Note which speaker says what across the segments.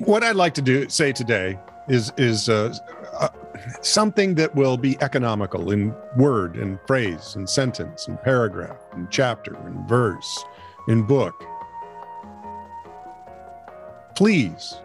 Speaker 1: What I'd like to do say today is is uh, uh, something that will be economical in word and phrase and sentence and paragraph and chapter and verse and book. Please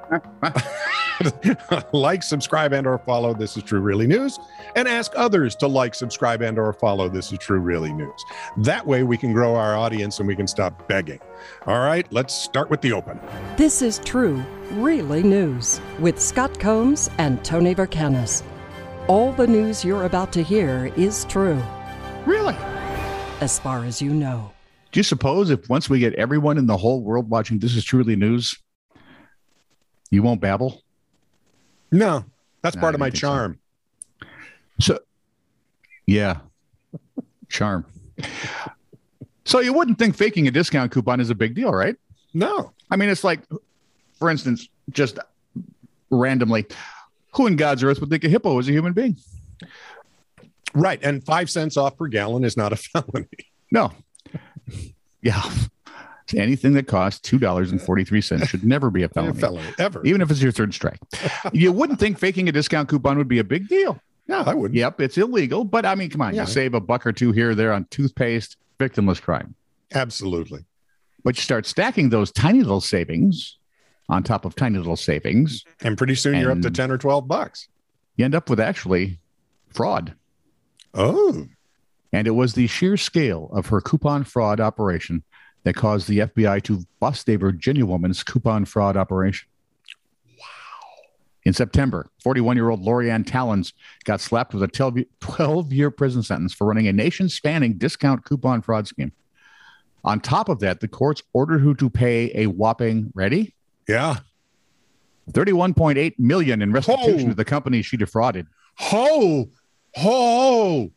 Speaker 1: like, subscribe, and or follow This Is True Really News, and ask others to like, subscribe, and or follow This Is True Really News. That way we can grow our audience and we can stop begging. All right, let's start with the open.
Speaker 2: This is True Really News with Scott Combs and Tony Vercanis. All the news you're about to hear is true,
Speaker 1: Really?
Speaker 2: as far as you know.
Speaker 3: Do you suppose if once we get everyone in the whole world watching This Is Truly News, you won't babble?
Speaker 1: No, that's
Speaker 3: No, I
Speaker 1: part of
Speaker 3: didn't
Speaker 1: my
Speaker 3: think so.
Speaker 1: charm.
Speaker 3: So, yeah, charm. So you wouldn't think faking a discount coupon is a big deal, right?
Speaker 1: No.
Speaker 3: I mean, it's like, for instance, just randomly, who in God's earth would think a hippo is a human being?
Speaker 1: Right. And five cents off per gallon is not a felony.
Speaker 3: No. Yeah. Anything that costs two dollars and forty three cents should never be a
Speaker 1: Not a
Speaker 3: felony,
Speaker 1: felony ever.
Speaker 3: even if it's your third strike. You wouldn't think faking a discount coupon would be a big deal.
Speaker 1: no, I wouldn't.
Speaker 3: Yep, it's illegal, but I mean, come on,
Speaker 1: Yeah.
Speaker 3: you save a buck or two here or there on toothpaste, victimless crime.
Speaker 1: Absolutely.
Speaker 3: But you start stacking those tiny little savings on top of tiny little savings,
Speaker 1: And pretty soon you're up to
Speaker 3: And-
Speaker 1: 10 or 12 bucks.
Speaker 3: you end up with actually fraud.
Speaker 1: Oh,
Speaker 3: And it was the sheer scale of her coupon fraud operation that caused the FBI to bust a Virginia woman's coupon fraud operation. Wow. In September, 41 year old Lorianne Talons got slapped with a 12 year prison sentence for running a nation spanning discount coupon fraud scheme. On top of that, the courts ordered her to pay a whopping, ready?
Speaker 1: yeah.
Speaker 3: 31.8 million in restitution
Speaker 1: Oh.
Speaker 3: to the company she defrauded.
Speaker 1: Ho, ho.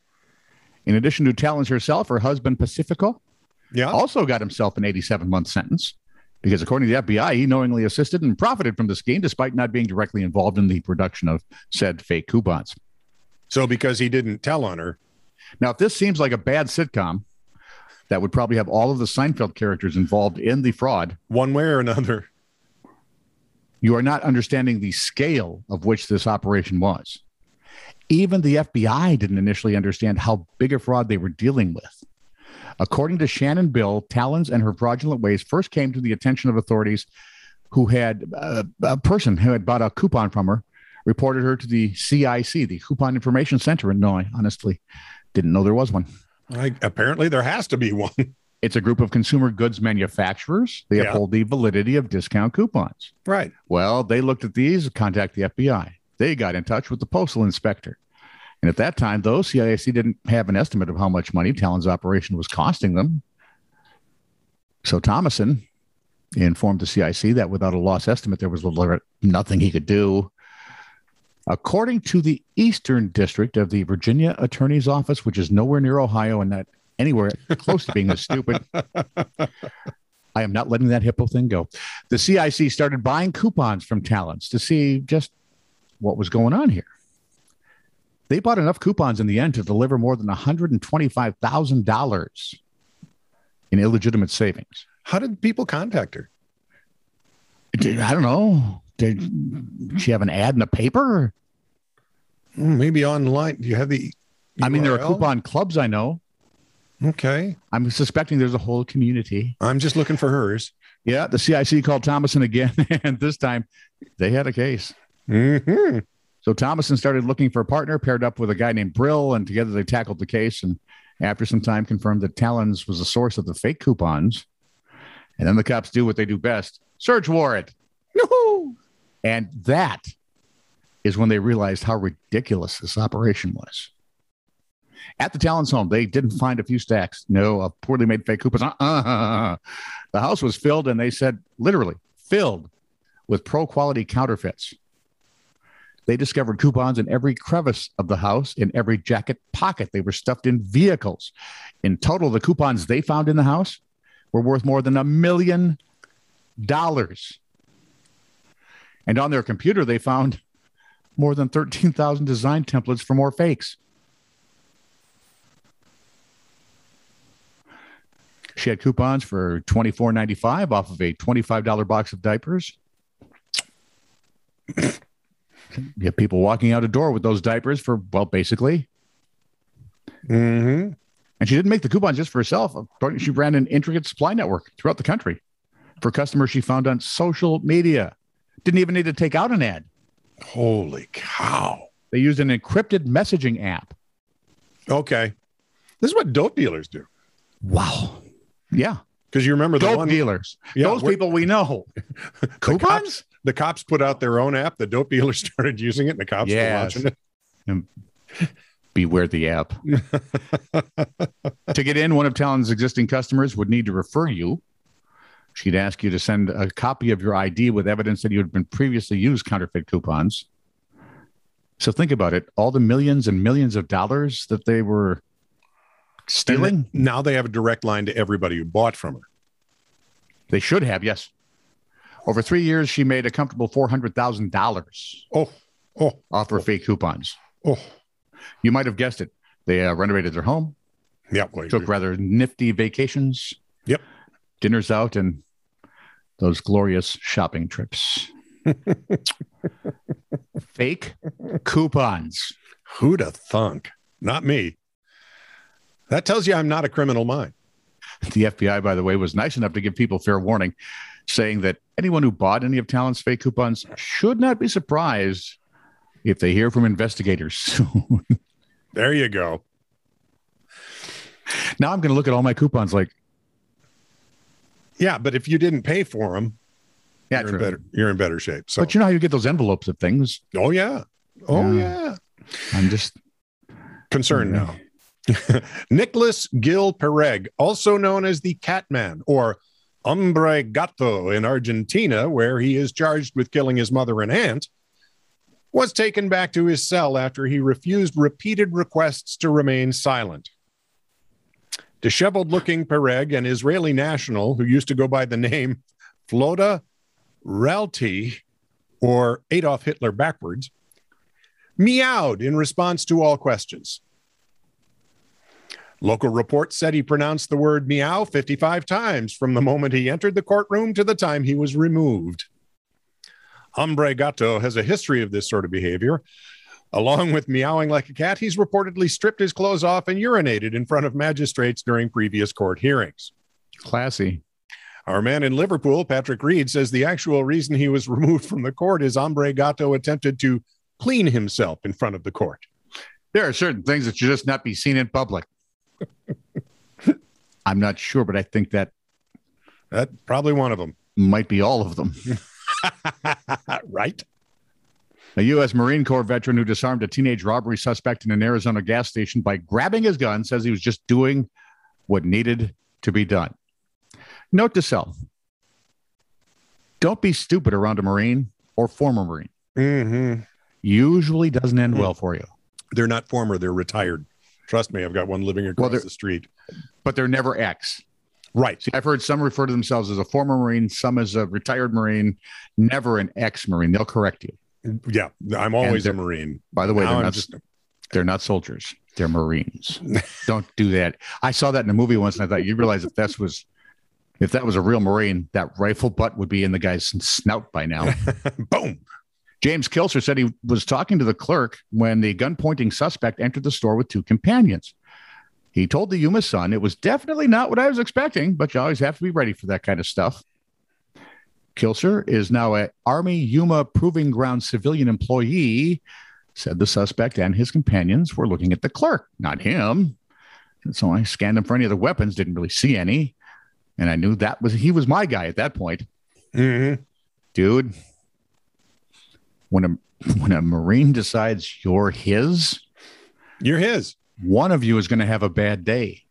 Speaker 3: In addition to Talons herself, her husband Pacifico
Speaker 1: Yeah.
Speaker 3: also got himself an 87 month sentence because, according to the FBI, he knowingly assisted and profited from the scheme despite not being directly involved in the production of said fake coupons.
Speaker 1: So because he didn't tell on her,
Speaker 3: Now, if this seems like a bad sitcom that would probably have all of the Seinfeld characters involved in the fraud,
Speaker 1: one way or another.
Speaker 3: you are not understanding the scale of which this operation was. Even the FBI didn't initially understand how big a fraud they were dealing with. According to Shannon Bill, Talons and her fraudulent ways first came to the attention of authorities who had uh, a person who had bought a coupon from her reported her to the CIC, the Coupon Information Center in Illinois. Honestly, didn't know there was one.
Speaker 1: I, apparently, there has to be one.
Speaker 3: It's a group of consumer goods manufacturers. They
Speaker 1: Yeah.
Speaker 3: uphold the validity of discount coupons.
Speaker 1: Right.
Speaker 3: Well, they looked at these, contact the FBI. They got in touch with the postal inspector. And at that time, though, CIAC didn't have an estimate of how much money Talon's operation was costing them. So Thomason informed the CIC that without a loss estimate, there was little or nothing he could do. According to the Eastern District of the Virginia Attorney's Office, which is nowhere near Ohio and not anywhere close to being as stupid, I am not letting that hippo thing go. The CIC started buying coupons from talents to see just what was going on here. They bought enough coupons in the end to deliver more than $125,000 in illegitimate savings.
Speaker 1: How did people contact her?
Speaker 3: Did- I don't know. Did she have an ad in the paper?
Speaker 1: Hmm, Maybe online. Do you have the?
Speaker 3: I mean, there are
Speaker 1: URL?
Speaker 3: coupon clubs I know.
Speaker 1: Okay.
Speaker 3: I'm suspecting there's a whole community.
Speaker 1: I'm just looking for hers.
Speaker 3: Yeah, the CIC called Thomason again, and this time they had a case.
Speaker 1: hmm
Speaker 3: So Thomason started looking for a partner, paired up with a guy named Brill, and together they tackled the case. And after some time, confirmed that Talons was the source of the fake coupons. And then the cops do what they do best: search warrant. No, and that is when they realized how ridiculous this operation was. At the Talons' home, they didn't find a few stacks. No, of poorly made fake coupons. Uh-uh. The house was filled, and they said literally filled with pro quality counterfeits. They discovered coupons in every crevice of the house, in every jacket pocket. They were stuffed in vehicles. In total, the coupons they found in the house were worth more than a million dollars. And on their computer, they found more than 13,000 design templates for more fakes. She had coupons for $24.95 off of a $25 box of diapers, You have people walking out a door with those diapers for, well, basically.
Speaker 1: hmm
Speaker 3: And she didn't make the coupons just for herself. She ran an intricate supply network throughout the country for customers she found on social media. Didn't even need to take out an ad.
Speaker 1: Holy cow.
Speaker 3: They used an encrypted messaging app.
Speaker 1: Okay. This is what dope dealers do.
Speaker 3: Wow. Yeah.
Speaker 1: Because you remember the
Speaker 3: Dope
Speaker 1: one
Speaker 3: dealers.
Speaker 1: Yeah,
Speaker 3: Those
Speaker 1: we're-
Speaker 3: people we know.
Speaker 1: the
Speaker 3: Coupons?
Speaker 1: cops, the cops put out their own app. The dope dealers started using it, and the cops were
Speaker 3: Yes.
Speaker 1: watching it.
Speaker 3: Beware the app. to get in, one of Talon's existing customers would need to refer you. She'd ask you to send a copy of your ID with evidence that you had been previously used counterfeit coupons. So think about it all the millions and millions of dollars that they were
Speaker 1: And
Speaker 3: stealing.
Speaker 1: then- now they have a direct line to everybody who bought from her.
Speaker 3: They should have, yes. Over three years, she made a comfortable $400,000
Speaker 1: Oh, oh,
Speaker 3: off her fake coupons.
Speaker 1: oh.
Speaker 3: You might have guessed it. They uh, renovated their home,
Speaker 1: Yeah. Well,
Speaker 3: took rather nifty vacations.
Speaker 1: Yep.
Speaker 3: Dinners out and those glorious shopping trips. Fake coupons.
Speaker 1: who'da thunk? Not me. That tells you I'm not a criminal mind.
Speaker 3: The FBI, by the way, was nice enough to give people fair warning, saying that anyone who bought any of Talon's fake coupons should not be surprised if they hear from investigators soon.
Speaker 1: There you go.
Speaker 3: now I'm going to look at all my coupons like,
Speaker 1: Yeah, but if you didn't pay for them,
Speaker 3: yeah,
Speaker 1: you're
Speaker 3: true.
Speaker 1: in better. You're in better shape. So,
Speaker 3: But you know how you get those envelopes of things?
Speaker 1: oh yeah, oh
Speaker 3: Yeah.
Speaker 1: yeah.
Speaker 3: I'm just
Speaker 1: Concerned now. Nicholas Gil Pereg, also known as the Catman or Hombre Gato in Argentina, where he is charged with killing his mother and aunt, was taken back to his cell after he refused repeated requests to remain silent. Disheveled looking Pereg, an Israeli national who used to go by the name Floda Ralti or Adolf Hitler backwards, meowed in response to all questions. Local reports said he pronounced the word meow 55 times from the moment he entered the courtroom to the time he was removed. Hombre Gato has a history of this sort of behavior. Along with meowing like a cat, he's reportedly stripped his clothes off and urinated in front of magistrates during previous court hearings.
Speaker 3: classy.
Speaker 1: Our man in Liverpool, Patrick Reed, says the actual reason he was removed from the court is Hombre Gato attempted to clean himself in front of the court.
Speaker 3: There are certain things that should just not be seen in public. I'm not sure, but I think that
Speaker 1: That probably one of them,
Speaker 3: might be all of them.
Speaker 1: right?
Speaker 3: A U.S. Marine Corps veteran who disarmed a teenage robbery suspect in an Arizona gas station by grabbing his gun says he was just doing what needed to be done. Note to self don't be stupid around a Marine or former Marine.
Speaker 1: Mm-hmm.
Speaker 3: Usually doesn't end well for you,
Speaker 1: They're not former; they're retired. Trust me, I've got one living across
Speaker 3: they're-
Speaker 1: the street.
Speaker 3: but they're never ex.
Speaker 1: Right?
Speaker 3: See, I've heard some refer to themselves as a former Marine, some as a retired Marine, never an ex-Marine. They'll correct you.
Speaker 1: Yeah, I'm always a
Speaker 3: they're-
Speaker 1: Marine.
Speaker 3: By the way,
Speaker 1: Now
Speaker 3: they're
Speaker 1: I'm
Speaker 3: not,
Speaker 1: just-
Speaker 3: they're not soldiers. They're Marines. Don't do that. I saw that in a movie once, and I thought you realize if that was if that was a real Marine, that rifle butt would be in the guy's snout by now.
Speaker 1: boom.
Speaker 3: James Kilser said he was talking to the clerk when the gun pointing suspect entered the store with two companions. He told the Yuma Sun, it was definitely not what I was expecting, but you always have to be ready for that kind of stuff. Kilser is now a Army Yuma Proving Ground civilian employee, said the suspect and his companions were looking at the clerk, not him. And so I scanned him for any other weapons, didn't really see any. And I knew that was he was my guy at that point
Speaker 1: hmm
Speaker 3: dude when a when a marine decides you're his
Speaker 1: You're his.
Speaker 3: one of you is going to have a bad day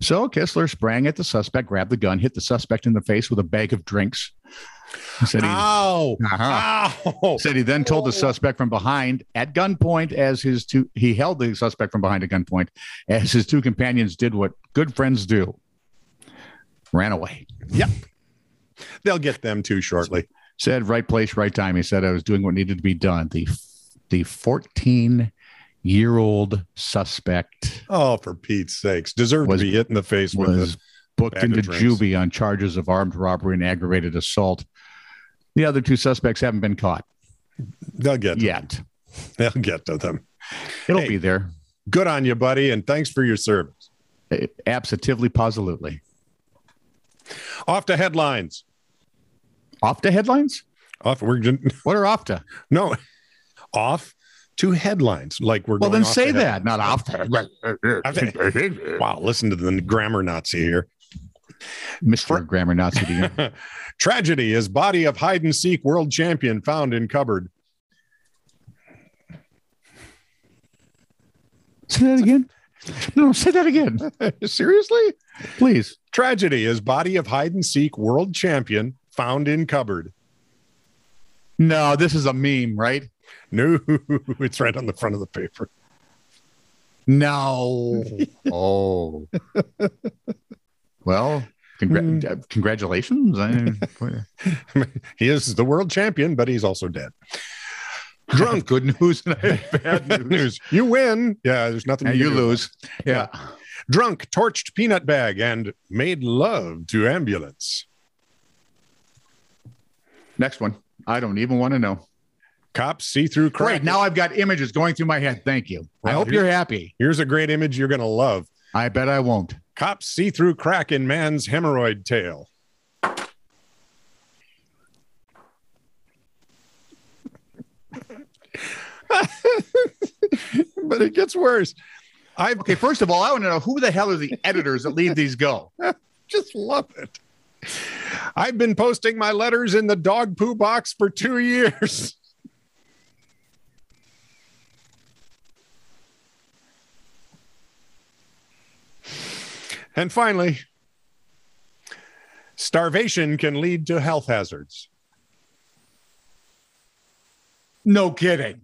Speaker 3: so kistler sprang at the suspect grabbed the gun hit the suspect in the face with a bag of drinks He said he,
Speaker 1: Ow!
Speaker 3: Uh-huh.
Speaker 1: Ow!
Speaker 3: said he then told the suspect from behind at gunpoint as his two he held the suspect from behind at gunpoint as his two companions did what good friends do ran away
Speaker 1: They'll get them too shortly.
Speaker 3: said right place right time he said i was doing what needed to be done the the 14 year old suspect
Speaker 1: Oh, for Pete's sakes! Deserve
Speaker 3: Was-
Speaker 1: to be hit in the face with this.
Speaker 3: was booked
Speaker 1: bag of
Speaker 3: into
Speaker 1: drinks.
Speaker 3: juvie on charges of armed robbery and aggravated assault the other two suspects haven't been caught
Speaker 1: They'll get to
Speaker 3: yet.
Speaker 1: them. They'll get to them.
Speaker 3: It'll
Speaker 1: Hey.
Speaker 3: be there.
Speaker 1: Good on you, buddy, and thanks for your service.
Speaker 3: Eh, Absolutely, positively.
Speaker 1: Off to headlines.
Speaker 3: Off to headlines?
Speaker 1: Off we're gonna-
Speaker 3: What are off to?
Speaker 1: no off to headlines. Like we're
Speaker 3: Well,
Speaker 1: going
Speaker 3: then
Speaker 1: off to
Speaker 3: say
Speaker 1: head-
Speaker 3: that, not off to.
Speaker 1: Wow, listen to the grammar Nazi here.
Speaker 3: Mr. Grammar Nazi. to you.
Speaker 1: Tragedy is body of hide and seek world champion found in cupboard.
Speaker 3: say that again. No, say that again.
Speaker 1: Seriously?
Speaker 3: Please.
Speaker 1: Tragedy is body of hide and seek world champion found in cupboard.
Speaker 3: No, this is a meme, right?
Speaker 1: No, it's right on the front of the paper.
Speaker 3: No. oh. Well, congra- uh, congratulations. I,
Speaker 1: He is the world champion, but he's also dead.
Speaker 3: drunk. good news and I have bad news.
Speaker 1: News. You win. Yeah, there's nothing
Speaker 3: and
Speaker 1: you
Speaker 3: you
Speaker 1: can do.
Speaker 3: lose. Yeah.
Speaker 1: Drunk, torched peanut bag, and made love to ambulance.
Speaker 3: Next one. I don't even want to know.
Speaker 1: Cops see through crack.
Speaker 3: Great. Now I've got images going through my head. Thank you. I
Speaker 1: Well,
Speaker 3: hope you're happy.
Speaker 1: Here's a great image you're going to love.
Speaker 3: I bet I won't.
Speaker 1: Cops see through crack in man's hemorrhoid tail. but it gets worse. I've
Speaker 3: Okay, first of all, I want to know who the hell are the editors that leave these go?
Speaker 1: just love it. I've been posting my letters in the dog poo box for two years. And finally, starvation can lead to health hazards.
Speaker 3: No kidding.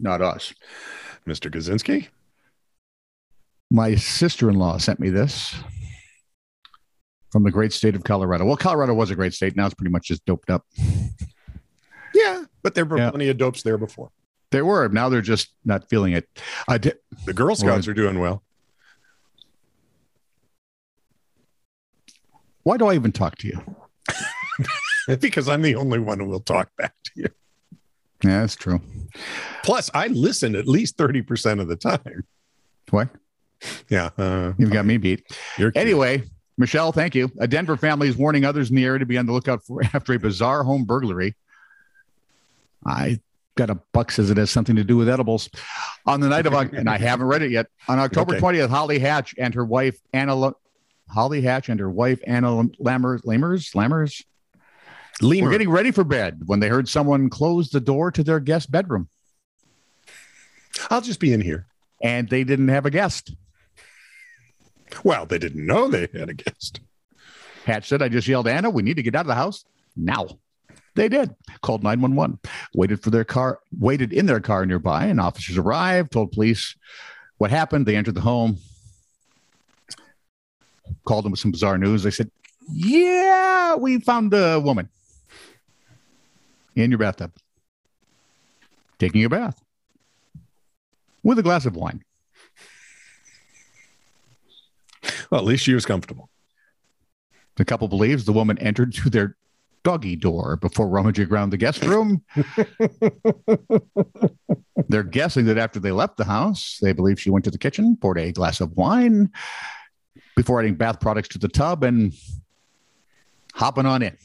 Speaker 3: Not us.
Speaker 1: Mr. Kaczynski?
Speaker 3: My sister in law sent me this from the great state of Colorado. Well, Colorado was a great state. Now it's pretty much just doped up.
Speaker 1: Yeah, but there were
Speaker 3: Yeah.
Speaker 1: plenty of dopes there before.
Speaker 3: They were. Now they're just not feeling it. I did,
Speaker 1: The Girl Scouts are doing well.
Speaker 3: why do I even talk to you?
Speaker 1: Because I'm the only one who will talk back to you.
Speaker 3: Yeah, that's true.
Speaker 1: Plus, I listen at least 30% of the time.
Speaker 3: What?
Speaker 1: Yeah. Uh,
Speaker 3: You've got me beat.
Speaker 1: you're cute.
Speaker 3: Anyway, Michelle, thank you. A Denver family is warning others in the area to be on the lookout for after a bizarre home burglary. I got a buck says it has something to do with edibles. On the night of, Oc- and I haven't read it yet. On October
Speaker 1: Okay.
Speaker 3: 20th, Holly Hatch and her wife Anna, Lo- Holly Hatch and her wife Anna Lam- Lammers, Lammers, Lammers,
Speaker 1: Lemur.
Speaker 3: were getting ready for bed when they heard someone close the door to their guest bedroom,
Speaker 1: I'll just be in here.
Speaker 3: and they didn't have a guest.
Speaker 1: Well, they didn't know they had a guest.
Speaker 3: Hatch said, I just yelled, Anna, we need to get out of the house now. They did. Called 911, waited for their car, waited in their car nearby, and officers arrived, told police what happened. They entered the home, called them with some bizarre news. They said, Yeah, we found a woman in your bathtub, taking a bath with a glass of wine.
Speaker 1: Well, at least she was comfortable.
Speaker 3: The couple believes the woman entered through their doggy door before rummaging around the guest room. They're guessing that after they left the house, they believe she went to the kitchen, poured a glass of wine before adding bath products to the tub and hopping on in.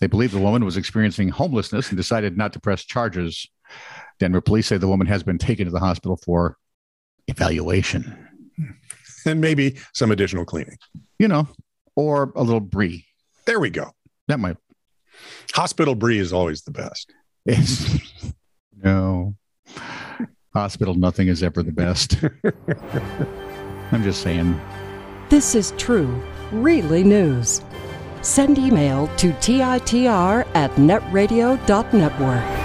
Speaker 3: They believe the woman was experiencing homelessness and decided not to press charges. Denver police say the woman has been taken to the hospital for evaluation
Speaker 1: And maybe some additional cleaning.
Speaker 3: you know, or a little brie.
Speaker 1: There we go.
Speaker 3: That might
Speaker 1: Hospital Brie is always the best.
Speaker 3: is no hospital. Nothing is ever the best. I'm just saying.
Speaker 2: This is true, really news. Send email to TITR at netradio.network.